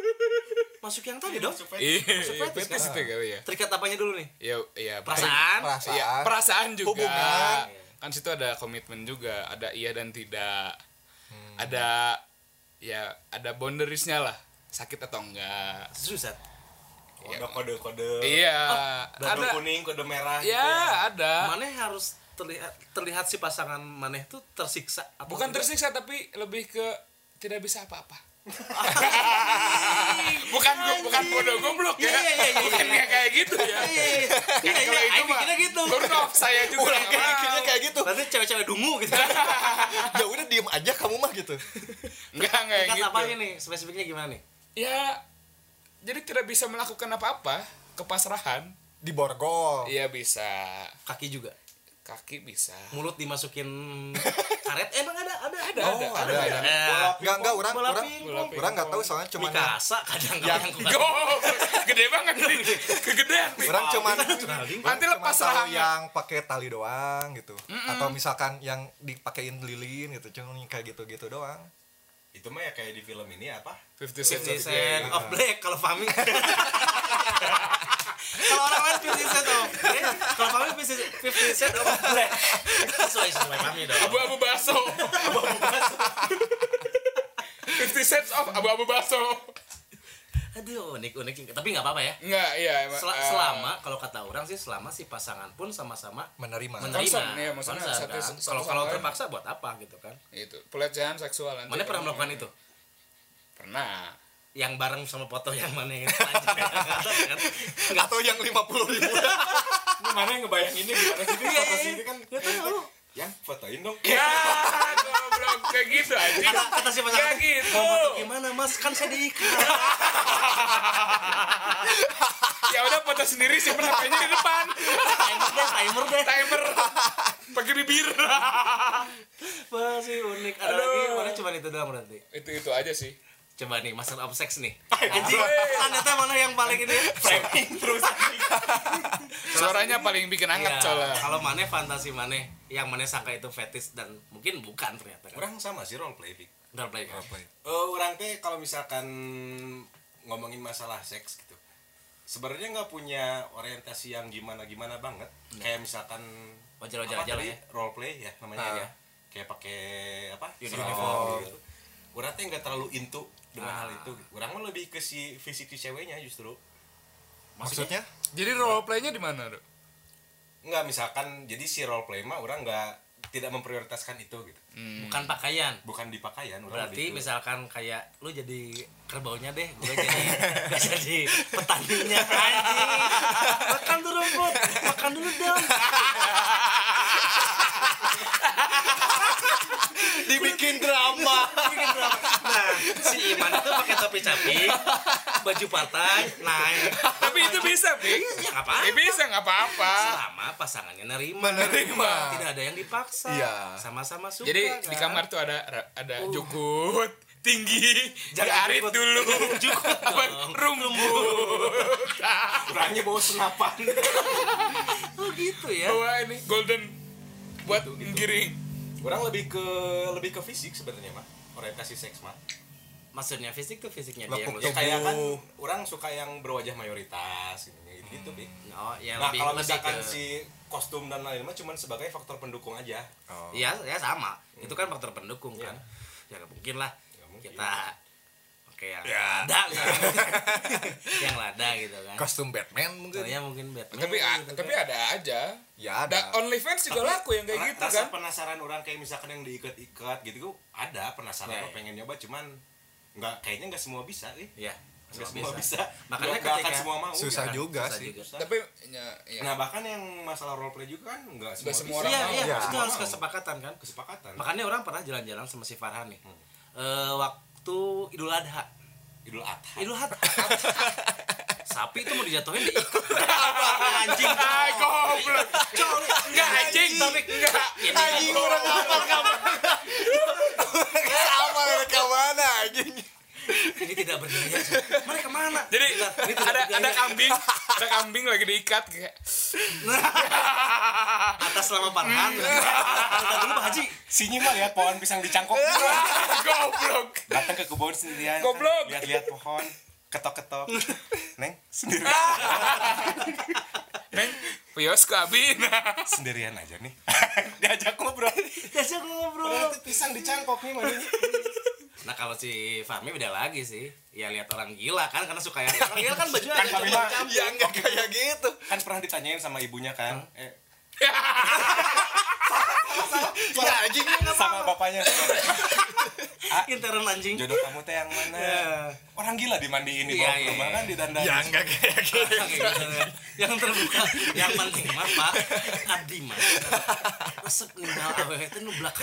Speaker 2: masuk yang tadi dong
Speaker 4: Iya,
Speaker 2: Masuk fetis
Speaker 4: fetis itu kali ya.
Speaker 2: terikat apanya dulu nih
Speaker 4: Ya, ya
Speaker 2: perasaan
Speaker 3: Perasaan.
Speaker 4: Iya, perasaan juga.
Speaker 3: Hubungan.
Speaker 4: Kan situ ada komitmen juga, ada iya dan tidak. Ada ya ada boundariesnya lah. Sakit atau enggak.
Speaker 2: susah
Speaker 6: Ada kode-kode.
Speaker 4: Iya,
Speaker 6: Kode
Speaker 4: ada.
Speaker 6: kuning, kode merah.
Speaker 4: Ya, ada.
Speaker 2: maneh harus terlihat terlihat si pasangan maneh tuh tersiksa atau
Speaker 4: Bukan
Speaker 2: tidak?
Speaker 4: tersiksa tapi lebih ke tidak bisa apa-apa. bukan gua- bukan bodoh goblok
Speaker 2: Iya,
Speaker 4: ya.
Speaker 2: iya, iya, iya,
Speaker 4: bukan
Speaker 2: iya.
Speaker 4: nggak kayak gitu ya.
Speaker 2: Iya, iya, iya. Iya,
Speaker 4: Kalau
Speaker 2: iya,
Speaker 4: itu
Speaker 2: Aing mikirnya gitu.
Speaker 4: Turn off saya juga. nggak mau.
Speaker 3: Kayaknya kayak gitu.
Speaker 2: Nanti cewek-cewek dungu gitu.
Speaker 3: Ya udah diem aja kamu mah gitu.
Speaker 4: Enggak enggak yang
Speaker 2: Tingkat
Speaker 4: gitu.
Speaker 2: apanya nih? Spesifiknya gimana nih?
Speaker 4: Ya jadi tidak bisa melakukan apa-apa kepasrahan.
Speaker 3: Di borgol.
Speaker 4: Iya bisa.
Speaker 2: Kaki juga.
Speaker 4: Kaki bisa.
Speaker 2: Mulut dimasukin karet. Emang ada ada ada.
Speaker 4: Ada,
Speaker 3: Oh, ada,
Speaker 2: ya?
Speaker 3: ada.
Speaker 2: Eh,
Speaker 3: Enggak enggak orang
Speaker 2: bola
Speaker 3: orang
Speaker 2: pingpong.
Speaker 3: orang nggak tahu soalnya cuman
Speaker 2: Mikasa kadang
Speaker 3: Yang-
Speaker 2: kadang
Speaker 4: Go, gede banget nih. Kegedean nih.
Speaker 3: orang cuman
Speaker 4: Nanti
Speaker 3: cuman
Speaker 4: lepas
Speaker 3: tahu
Speaker 4: rahangnya.
Speaker 3: yang pakai tali doang gitu atau misalkan yang dipakein lilin gitu cuman kayak gitu gitu doang
Speaker 6: Itu mah ya kayak di film ini apa?
Speaker 4: 50 cent.
Speaker 2: 50 cent
Speaker 4: ya.
Speaker 2: of black Oh, kalau Fami kalau orang lain 50 cent of black kalau Fami 50 50 cent of black sesuai sesuai Fami dong
Speaker 4: Abu-abu baso. Abu-abu baso. 50 cents off abu-abu baso.
Speaker 2: aduh unik unik tapi nggak apa-apa ya
Speaker 4: Enggak, iya. emang,
Speaker 2: Sel-
Speaker 4: eh,
Speaker 2: selama kalau kata orang sih selama si pasangan pun sama-sama
Speaker 3: menerima
Speaker 2: menerima
Speaker 4: Concern, iya, maksudnya
Speaker 2: Concern,
Speaker 4: satu-
Speaker 2: kan?
Speaker 4: satu
Speaker 2: kalau
Speaker 4: sama
Speaker 2: kalau
Speaker 4: lain.
Speaker 2: terpaksa buat apa gitu kan
Speaker 4: itu pelecehan seksual nanti
Speaker 2: mana pernah
Speaker 4: kamu-
Speaker 2: melakukan itu
Speaker 4: Pernah.
Speaker 2: yang bareng sama foto yang mana yang ya? panjang kan? nggak
Speaker 3: atau yang lima puluh ribu
Speaker 6: Ini mana yang ngebayanginnya gimana sih?
Speaker 3: Iya,
Speaker 6: Ini Foto sini kan. Yang fotoin dong.
Speaker 4: Ya, goblok kayak gitu aja.
Speaker 2: kata, kata si pasangan
Speaker 4: Kayak gitu.
Speaker 2: "Mau foto gimana mas kan saya diikat
Speaker 4: Ya udah foto sendiri sih HP-nya di depan.
Speaker 2: timer deh timer deh
Speaker 4: Timer. Pakai bibir.
Speaker 2: masih unik ada
Speaker 4: Aduh.
Speaker 2: lagi mana cuma itu doang berarti
Speaker 4: itu itu aja sih.
Speaker 2: coba nih master of sex nih anjing ternyata mana yang paling ini framing Iya. terus
Speaker 4: Suaranya paling bikin
Speaker 2: Iya,
Speaker 4: anget soalnya.
Speaker 2: kalau mana fantasi mana yang mana sangka itu fetis dan mungkin bukan ternyata kan
Speaker 6: Orang sama sih role play. Vic.
Speaker 2: Bentar, play kan?
Speaker 6: Eh, orang teh kalau misalkan ngomongin masalah seks gitu sebenarnya nggak punya orientasi yang gimana gimana banget kayak misalkan
Speaker 2: Nah. Wajar-wajar
Speaker 6: apa
Speaker 2: aja lah
Speaker 6: tadi?
Speaker 2: ya.
Speaker 6: role play ya namanya
Speaker 2: Ah.
Speaker 6: ya kayak pakai apa
Speaker 2: Uniform. Oh.
Speaker 6: gitu orang teh nggak terlalu into dengan
Speaker 2: Ah.
Speaker 6: hal itu orang mah lebih ke si fisik si ceweknya justru
Speaker 3: maksudnya
Speaker 4: Jadi role play-nya di mana, Dok?
Speaker 6: nggak misalkan jadi si role play mah orang nggak tidak memprioritaskan itu gitu
Speaker 2: bukan pakaian
Speaker 6: bukan di pakaian
Speaker 2: Hmm.
Speaker 6: orang
Speaker 4: Gitu.
Speaker 2: berarti
Speaker 6: lebih ke-
Speaker 2: misalkan kayak lu jadi kerbaunya deh gue jadi gua jadi petaninya anjing makan dulu rumput makan dulu dong
Speaker 3: dibikin drama
Speaker 2: nah si Iman itu pakai topi capi baju partai naik
Speaker 4: Tapi itu bisa, Bing.
Speaker 2: ya apa
Speaker 4: Eh, bisa nggak apa-apa.
Speaker 2: selama pasangannya nerima
Speaker 3: Menerima.
Speaker 2: tidak ada yang dipaksa
Speaker 3: Iya.
Speaker 2: sama-sama suka
Speaker 4: Jadi
Speaker 2: kan? Uh.
Speaker 4: di kamar tuh ada ra- ada jukut tinggi,
Speaker 2: Jangan
Speaker 4: diarit
Speaker 2: jukut.
Speaker 4: dulu, jukut
Speaker 2: Oh,
Speaker 4: rumbut,
Speaker 6: orangnya bawa senapan
Speaker 2: oh gitu ya
Speaker 4: bawa ini golden buat giring.
Speaker 6: orang lebih ke lebih ke fisik sebenarnya mah orientasi seks mah
Speaker 2: maksudnya fisik tuh fisiknya dia yang lu
Speaker 3: Lekuk
Speaker 6: ya
Speaker 3: tubuh.
Speaker 6: kayak kan orang suka yang berwajah mayoritas gitu gitu, gitu Pi.
Speaker 2: oh ya
Speaker 6: nah
Speaker 2: lebih
Speaker 6: kalau
Speaker 2: lebih
Speaker 6: misalkan
Speaker 2: ke-
Speaker 6: si kostum dan lain-lain mah cuman sebagai faktor pendukung aja
Speaker 3: Oh.
Speaker 2: Iya, ya sama. Itu kan faktor pendukung kan. Ya nggak mungkin lah
Speaker 6: Nggak mungkin.
Speaker 2: kita oke yang lada kan. yang lada gitu kan.
Speaker 3: kostum Batman mungkin
Speaker 2: Soalnya mungkin Batman.
Speaker 4: Tapi a-
Speaker 2: gitu
Speaker 4: tapi
Speaker 2: kan.
Speaker 4: ada aja.
Speaker 3: ya
Speaker 4: Ada
Speaker 3: ada
Speaker 4: OnlyFans juga laku yang
Speaker 6: Ra-
Speaker 4: kayak gitu
Speaker 6: rasa
Speaker 4: kan.
Speaker 6: penasaran orang kayak misalkan yang diikat-ikat gitu ada penasaran
Speaker 2: Ya,
Speaker 6: orang
Speaker 2: ya.
Speaker 6: pengen nyoba cuman nggak kayaknya nggak semua bisa Pi.
Speaker 2: Iya.
Speaker 6: nggak
Speaker 2: semua
Speaker 6: semua bisa,
Speaker 2: Makanya
Speaker 6: nggak akan
Speaker 2: ketika-
Speaker 6: semua mau
Speaker 3: susah
Speaker 6: kan.
Speaker 3: juga
Speaker 2: Susah
Speaker 3: sih
Speaker 2: juga.
Speaker 4: Tapi ya, ya.
Speaker 6: nah bahkan yang masalah role play juga kan nggak semua, bisa.
Speaker 4: semua orang
Speaker 2: Iya,
Speaker 4: mau.
Speaker 2: iya,
Speaker 3: Iya,
Speaker 2: itu
Speaker 6: semua
Speaker 2: harus
Speaker 6: mau.
Speaker 2: kesepakatan kan.
Speaker 6: kesepakatan
Speaker 2: Makanya orang pernah jalan-jalan sama si Farhan nih. Eh, waktu Idul Adha.
Speaker 6: idul adha
Speaker 2: Idul Adha. Sapi itu mau dijatuhin di anjing.
Speaker 4: Ay, goblok.
Speaker 2: Enggak anjing, tapi enggak. Ini
Speaker 3: anjing orang apa kamu
Speaker 2: tidak berdaya. Mereka mana?
Speaker 4: Jadi
Speaker 2: Bentar, nah, ini tidak
Speaker 4: ada ada
Speaker 2: berdaya.
Speaker 4: kambing, ada kambing lagi diikat kayak
Speaker 2: atas nama Farhan. Kita dulu Pak Haji.
Speaker 1: Sinyi mah lihat pohon pisang dicangkok.
Speaker 4: goblok.
Speaker 1: Datang ke kebun sendirian.
Speaker 4: Goblok.
Speaker 1: Lihat-lihat pohon. Ketok-ketok. Neng sendiri.
Speaker 6: Ah.
Speaker 4: Neng, pios ke abin.
Speaker 2: Ya,
Speaker 1: sendirian aja nih. Diajak ngobrol.
Speaker 2: Diajak ngobrol.
Speaker 1: Itu pisang dicangkok nih mana?
Speaker 2: Nah kalau si Fahmi beda lagi sih. Ya lihat orang gila kan karena suka yang orang gila kan bajunya
Speaker 1: Kan
Speaker 2: ada
Speaker 1: Fahmi
Speaker 2: cuma
Speaker 1: mah-
Speaker 2: campur.
Speaker 3: Ya nggak kayak gitu.
Speaker 1: Kan pernah ditanyain sama ibunya kan. Eh,
Speaker 3: Ya anjingnya
Speaker 1: Eh, sama bapaknya.
Speaker 2: Intern anjing.
Speaker 1: Jodoh kamu teh yang mana?
Speaker 6: Iya.
Speaker 1: Orang gila dimandiin di
Speaker 2: Iya,
Speaker 1: bawah
Speaker 2: iya,
Speaker 1: rumah
Speaker 2: iya.
Speaker 1: kan didandain.
Speaker 3: Ya nggak kayak gitu.
Speaker 2: yang terbuka yang penting mah Pak Adi mah resep ninggal awewe itu nu belakang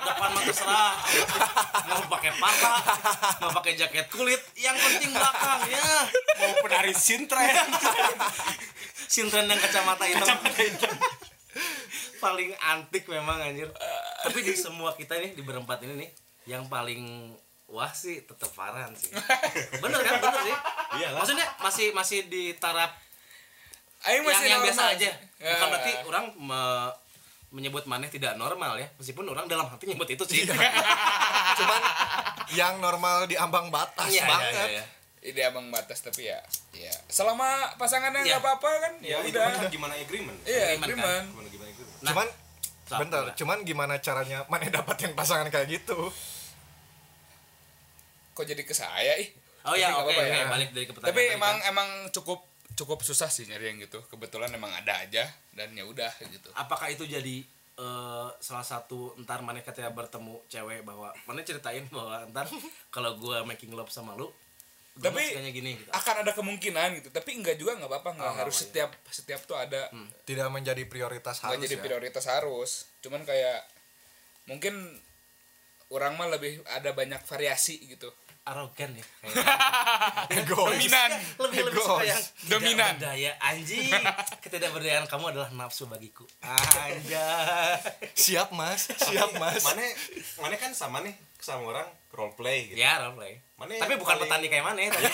Speaker 2: depan mah terserah mau pakai parka mau pakai jaket kulit yang penting belakang ya
Speaker 1: Mau penari sintren.
Speaker 2: sintren yang kacamata hitam paling antik memang anjir tapi di semua kita nih di berempat ini nih yang paling wah sih tetep Farhan sih bener kan bener sih maksudnya masih masih di taraf
Speaker 4: Aing
Speaker 2: yang,
Speaker 4: masih
Speaker 2: yang biasa
Speaker 4: normal.
Speaker 2: aja
Speaker 4: Ya.
Speaker 2: bukan berarti orang me- menyebut maneh tidak normal ya meskipun orang dalam hati nyebut itu sih
Speaker 4: Iya,
Speaker 3: Cuman yang normal di ambang batas
Speaker 2: Iya, iya,
Speaker 3: banget.
Speaker 2: iya, iya.
Speaker 4: Ide Eh, abang batas tapi ya, ya selama pasangannya
Speaker 2: Iya.
Speaker 4: nggak apa-apa kan,
Speaker 6: ya
Speaker 4: ya
Speaker 6: itu kan
Speaker 1: Iya.
Speaker 4: udah.
Speaker 6: gimana agreement
Speaker 4: Iya,
Speaker 2: Agreement,
Speaker 4: agreement.
Speaker 6: gimana gimana agreement
Speaker 2: Nah,
Speaker 3: Cuman
Speaker 2: Sok,
Speaker 3: bentar,
Speaker 2: gimana?
Speaker 3: cuman gimana caranya mana dapat yang pasangan kayak gitu?
Speaker 4: Kok jadi ke saya ih?
Speaker 2: oh ya
Speaker 4: Tapi nggak
Speaker 2: oke
Speaker 4: apa-apa
Speaker 2: oke,
Speaker 4: ya.
Speaker 2: balik dari ke pertanyaan
Speaker 4: Tapi
Speaker 2: tadi
Speaker 4: emang
Speaker 2: kan.
Speaker 4: emang cukup cukup susah sih nyari yang gitu. Kebetulan emang ada aja dan ya udah gitu.
Speaker 2: apakah itu jadi eh, salah satu ntar maneh ketika bertemu cewek bahwa maneh ceritain bahwa ntar kalau gua making love sama lu gua
Speaker 4: Tapi-
Speaker 2: mah sukanya gini gitu.
Speaker 4: Akan ada kemungkinan gitu, tapi enggak juga nggak apa-apa, nggak
Speaker 2: Oh,
Speaker 4: harus
Speaker 2: iya.
Speaker 4: setiap setiap tuh ada
Speaker 2: Hmm.
Speaker 3: Tidak menjadi prioritas
Speaker 4: nggak
Speaker 3: harus
Speaker 4: jadi
Speaker 3: ya.
Speaker 4: prioritas harus. Cuman kayak mungkin orang mah lebih ada banyak variasi gitu.
Speaker 2: arogan ya
Speaker 3: Egois.
Speaker 2: lebih lebih suka yang
Speaker 4: Dominan.
Speaker 2: tidak berdaya anjing ketidakberdayaan kamu adalah nafsu bagiku anjay
Speaker 3: Siap mas,
Speaker 1: Iya,
Speaker 3: siap mas.
Speaker 6: mana mana kan sama nih sama orang role
Speaker 1: Iya.
Speaker 6: play gitu
Speaker 2: Ya role play.
Speaker 6: Mana
Speaker 2: tapi
Speaker 6: yang
Speaker 4: Iya.
Speaker 2: bukan
Speaker 6: paling-
Speaker 2: petani kayak mana ya tadi.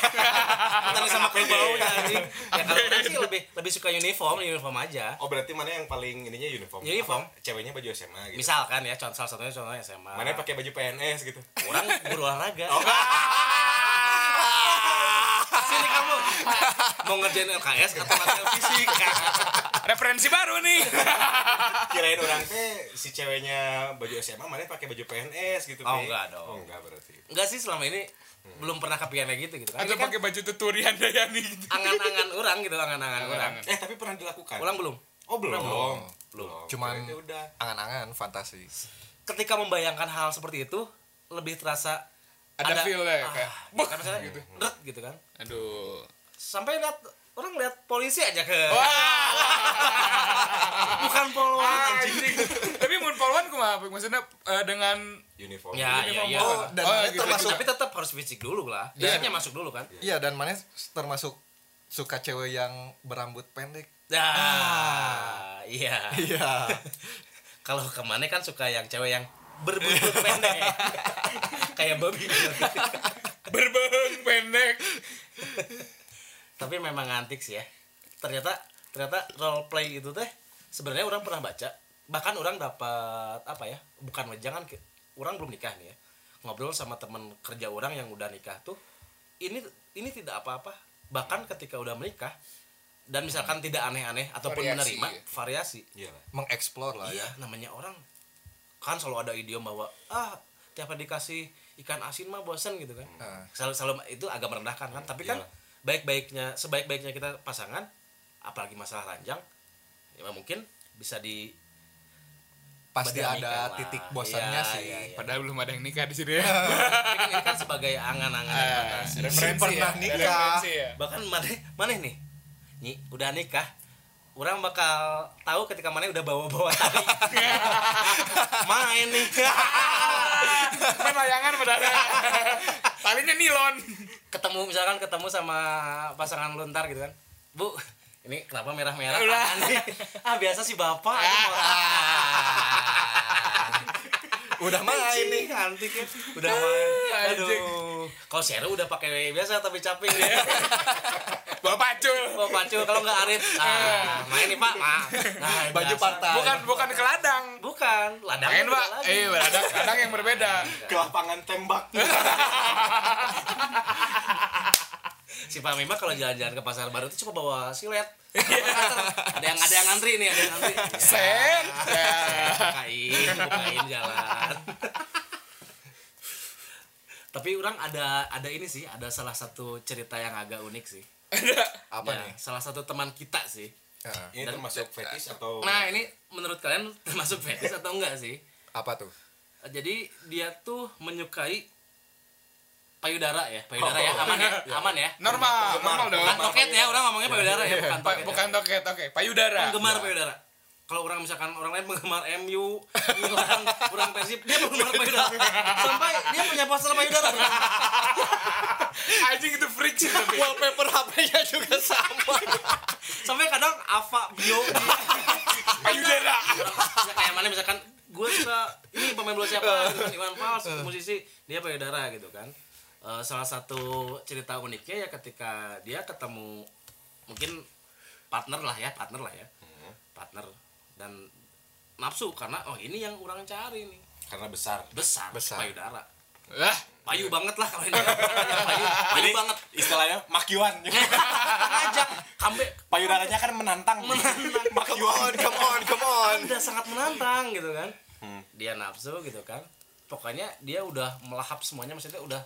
Speaker 2: petani sama kayak baunya anjing. Ya kalau orang sih lebih lebih suka uniform, uniform aja.
Speaker 6: oh berarti mana yang paling ininya uniform
Speaker 2: Uniform.
Speaker 6: Apa? ceweknya baju SMA gitu
Speaker 2: Misalkan ya contoh salah satunya contohnya SMA.
Speaker 6: mana pakai baju PNS gitu
Speaker 2: orang berolahraga.
Speaker 4: Oh.
Speaker 2: Sini kamu mau ngerjain LKS atau latihan fisik?
Speaker 4: Referensi baru nih.
Speaker 6: kirain orang teh si ceweknya baju SMA mana pakai baju PNS gitu
Speaker 2: Oh,
Speaker 6: Pi.
Speaker 2: enggak dong.
Speaker 6: oh enggak berarti
Speaker 2: Enggak sih selama ini belum pernah kepikiran kayak gitu gitu kan.
Speaker 4: Atau
Speaker 2: Ini kan
Speaker 4: pakai baju tuturian Dayani gitu.
Speaker 2: angan-angan orang gitu, angan-angan orang.
Speaker 6: eh tapi pernah dilakukan
Speaker 2: Ulang belum?
Speaker 6: oh belum belum,
Speaker 3: Cuman
Speaker 6: Berarti udah
Speaker 3: angan-angan fantasi.
Speaker 2: Ketika membayangkan hal seperti itu lebih terasa
Speaker 4: Ada feel-nya, ya,
Speaker 2: ah,
Speaker 4: kayak,
Speaker 2: gitu kan, misalnya, deret gitu kan.
Speaker 4: Aduh.
Speaker 2: sampai lihat orang lihat polisi aja ke bukan polwan anjing
Speaker 4: tapi mun polwan kumaha maksudnya eh, dengan
Speaker 6: uniform
Speaker 2: ya ya ya
Speaker 3: Oh, dan
Speaker 4: Oh,
Speaker 3: mana
Speaker 4: gitu.
Speaker 3: termasuk
Speaker 2: tapi tetap harus fisik dulu lah fisiknya masuk dulu kan
Speaker 3: Iya dan mana termasuk suka cewek yang berambut pendek.
Speaker 4: Ah.
Speaker 2: nah iya
Speaker 3: Iya.
Speaker 2: kalau kemana kan suka yang cewek yang berbuntut pendek kayak babi
Speaker 4: berbeng pendek.
Speaker 2: tapi memang antik sih ya ternyata ternyata role play itu teh sebenarnya orang pernah baca bahkan orang dapat apa ya bukan jangan ke- orang belum nikah nih ya ngobrol sama teman kerja orang yang udah nikah tuh ini ini tidak apa-apa bahkan ketika udah menikah dan misalkan tidak aneh-aneh ataupun
Speaker 4: Hmm. Variasi,
Speaker 2: menerima
Speaker 4: iya.
Speaker 2: variasi
Speaker 6: Iya lah.
Speaker 3: Mengeksplor lah
Speaker 2: iya
Speaker 3: ya.
Speaker 2: namanya orang kan selalu ada idiom bahwa ah tiap hari dikasih ikan asin mah bosen gitu kan
Speaker 3: Ah.
Speaker 2: selalu selalu itu agak merendahkan kan tapi kan
Speaker 6: Iyalah.
Speaker 3: Iya.
Speaker 2: baik-baiknya sebaik-baiknya kita pasangan apalagi masalah ranjang ya mungkin bisa di
Speaker 3: Pasti
Speaker 2: bedanikan
Speaker 3: ada
Speaker 2: lah.
Speaker 3: titik bosannya
Speaker 2: kan? Iya,
Speaker 3: sih.
Speaker 2: iya, iya.
Speaker 4: Padahal belum ada yang nikah di sini ya.
Speaker 2: Tapi kan ini kan sebagai angan-angan
Speaker 3: Ah,
Speaker 2: yang
Speaker 3: iya.
Speaker 2: fantasi.
Speaker 4: Eh,
Speaker 3: pernah
Speaker 4: Ada
Speaker 3: nikah.
Speaker 4: referensi ya.
Speaker 2: bahkan maneh maneh nih Nyi, udah nikah orang bakal tahu ketika maneh udah bawa-bawa tali main nih
Speaker 4: Kan layangan padahal. Talinya nilon.
Speaker 2: ketemu misalkan ketemu sama pasangan lu ntar gitu kan bu ini kenapa merah-merah
Speaker 4: Udah.
Speaker 2: Apaan nih? ah biasa sih bapak aduh, mau-
Speaker 3: udah main nih
Speaker 2: antik ya udah main
Speaker 4: anjing.
Speaker 2: aduh kalau Sheryl udah pakai biasa tapi caping dia
Speaker 4: Bawa pacul.
Speaker 2: mau pacu kalau nggak arit ah, main nih pak ah, nah,
Speaker 3: baju
Speaker 2: biasa.
Speaker 3: partai
Speaker 4: Bukan bukan ke ladang.
Speaker 2: bukan ladang
Speaker 4: Main, Pak. Eh, ladang, ladang yang berbeda.
Speaker 2: ya.
Speaker 6: ke lapangan tembak
Speaker 2: si Pak Mima kalau jalan-jalan ke pasar baru itu cuma bawa silet ada yang ada yang ngantri nih ada yang ngantri Ya,
Speaker 4: Sen. Ya.
Speaker 2: bukain bukain jalan tapi orang ada ada ini sih ada salah satu cerita yang agak unik sih
Speaker 3: apa
Speaker 2: Ya,
Speaker 3: nih Iya.
Speaker 2: salah satu teman kita sih
Speaker 3: Heeh.
Speaker 6: ini
Speaker 2: Dan-
Speaker 6: termasuk fetis atau
Speaker 2: nah ini menurut kalian termasuk fetis atau enggak sih
Speaker 3: apa tuh
Speaker 2: jadi dia tuh menyukai payudara ya payudara ya aman ya aman ya
Speaker 4: Normal, normal dong.
Speaker 2: bukan toket ya orang ngomongnya payudara ya bukan
Speaker 4: Pa-
Speaker 2: toket
Speaker 4: bukan toket, oke. Payudara.
Speaker 2: penggemar payudara kalau orang misalkan orang lain penggemar MU Milan orang Persib dia penggemar payudara sampai dia punya poster payudara
Speaker 4: Anjing itu freak sih tapi.
Speaker 2: wallpaper HP-nya juga sama sampai kadang apa bio
Speaker 4: Payudara.
Speaker 2: Ya, kayak mana misalkan gue suka ini pemain bola siapa gitu kan Iwan Fals musisi dia payudara gitu kan Eh, salah satu cerita uniknya ya ketika dia ketemu mungkin partner lah ya partner lah ya
Speaker 4: Hmm.
Speaker 2: partner dan nafsu karena oh ini yang orang cari nih
Speaker 6: karena besar
Speaker 2: besar,
Speaker 3: Besar.
Speaker 2: payudara
Speaker 4: Lah,
Speaker 2: payu banget lah kalau ini payu, payu banget
Speaker 6: istilahnya makyuan
Speaker 2: ngajak kambe
Speaker 6: payudaranya kan menantang
Speaker 3: come on come on come on
Speaker 2: udah sangat menantang gitu kan
Speaker 4: Hmm.
Speaker 2: dia nafsu gitu kan pokoknya dia udah melahap semuanya maksudnya udah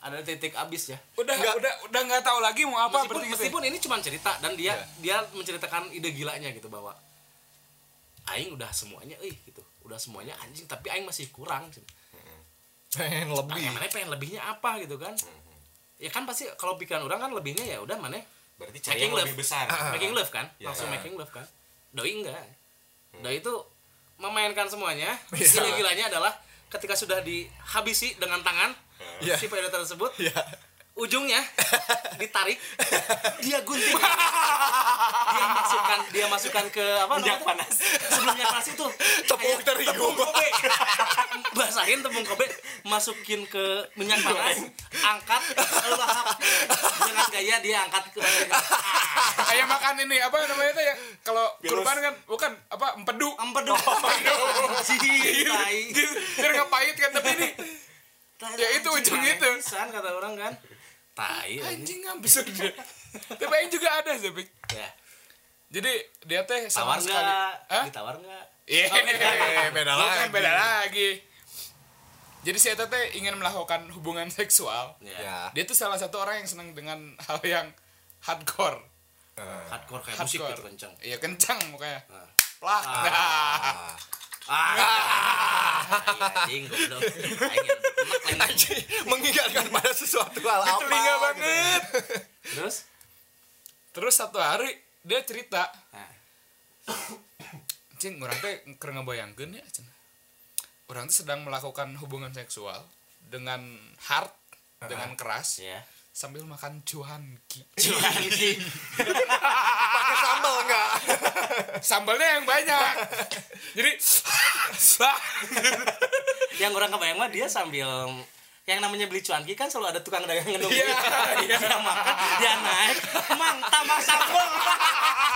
Speaker 2: ada titik abis ya
Speaker 4: udah udah udah nggak tahu lagi mau
Speaker 2: meskipun,
Speaker 4: apa berarti gitu. Iya.
Speaker 2: meskipun ini cuma cerita dan dia dia menceritakan ide gilanya gitu bahwa aing udah semuanya eh gitu udah semuanya anjing tapi aing masih kurang gitu.
Speaker 3: pengen lebih
Speaker 2: Yang mana pengen lebihnya apa gitu kan ya kan pasti kalau pikiran orang kan lebihnya ya udah mana
Speaker 6: berarti
Speaker 2: Making
Speaker 6: cari yang
Speaker 2: love.
Speaker 6: lebih besar
Speaker 2: making love kan
Speaker 6: Ya.
Speaker 2: langsung making love kan doi enggak doi itu memainkan semuanya gila-gilanya adalah ketika sudah dihabisi dengan tangan
Speaker 3: Iya.
Speaker 2: si periode tersebut
Speaker 3: ya
Speaker 2: ujungnya ditarik dia gunting dia masukkan dia masukkan ke apa
Speaker 6: Minyak
Speaker 2: namanya?
Speaker 6: panas.
Speaker 2: sebelumnya panas itu
Speaker 3: tepung terigu
Speaker 2: kobe basahin tepung kobe masukin ke minyak panas angkat lalu lahap dengan gaya dia angkat ke
Speaker 4: Kayak makan ini apa namanya itu ya? Kalau
Speaker 6: Virus.
Speaker 4: kurban kan bukan apa empedu.
Speaker 2: empedu Anjing, tai.
Speaker 4: Oh Biar nggak pahit kan tapi ini
Speaker 2: Tai,
Speaker 4: Ya, itu
Speaker 2: anjing,
Speaker 4: ujung
Speaker 2: aneh
Speaker 4: itu.
Speaker 2: pisan kata orang kan Ya, tai anjing.
Speaker 4: anjing habis udah. Tapi yang juga ada Zebik.
Speaker 2: ya
Speaker 4: Jadi dia teh
Speaker 2: tawar Gitu.
Speaker 4: sama sekali.
Speaker 2: nggak
Speaker 4: Hah?
Speaker 2: ditawar nggak
Speaker 4: Iya,
Speaker 3: beda lagi.
Speaker 4: Bukan, beda lagi. Jadi si Eta teh ingin melakukan hubungan seksual.
Speaker 2: ya
Speaker 3: ya
Speaker 4: Dia tuh salah satu orang yang senang dengan hal yang hardcore.
Speaker 2: hardcore kayak musik
Speaker 4: Hardcore.
Speaker 2: gitu kenceng
Speaker 4: Iya, kencang mukanya.
Speaker 2: Nah.
Speaker 4: Plak. Nah.
Speaker 2: iya. Ah, anjing goblok. Anjing, enak lagi.
Speaker 3: mengingatkan pada sesuatu hal apa
Speaker 4: Telinga
Speaker 3: gitu.
Speaker 4: banget.
Speaker 2: Terus?
Speaker 4: Terus satu hari dia cerita,
Speaker 2: Nah,
Speaker 4: "Cing, urang teh keur ngabayangkeun ya, cen. Urang teh sedang melakukan hubungan seksual dengan hard, dengan keras
Speaker 2: ya.
Speaker 4: sambil makan cuanki."
Speaker 2: Cuanki.
Speaker 3: pakai sambal enggak
Speaker 4: Sambalnya yang banyak. Jadi
Speaker 2: Yang orang kebayang mah dia sambil yang namanya beli cuanki kan selalu ada tukang dagang nungguin.
Speaker 4: Iya,
Speaker 2: Dia makan, dia naik, mantap mas sambal.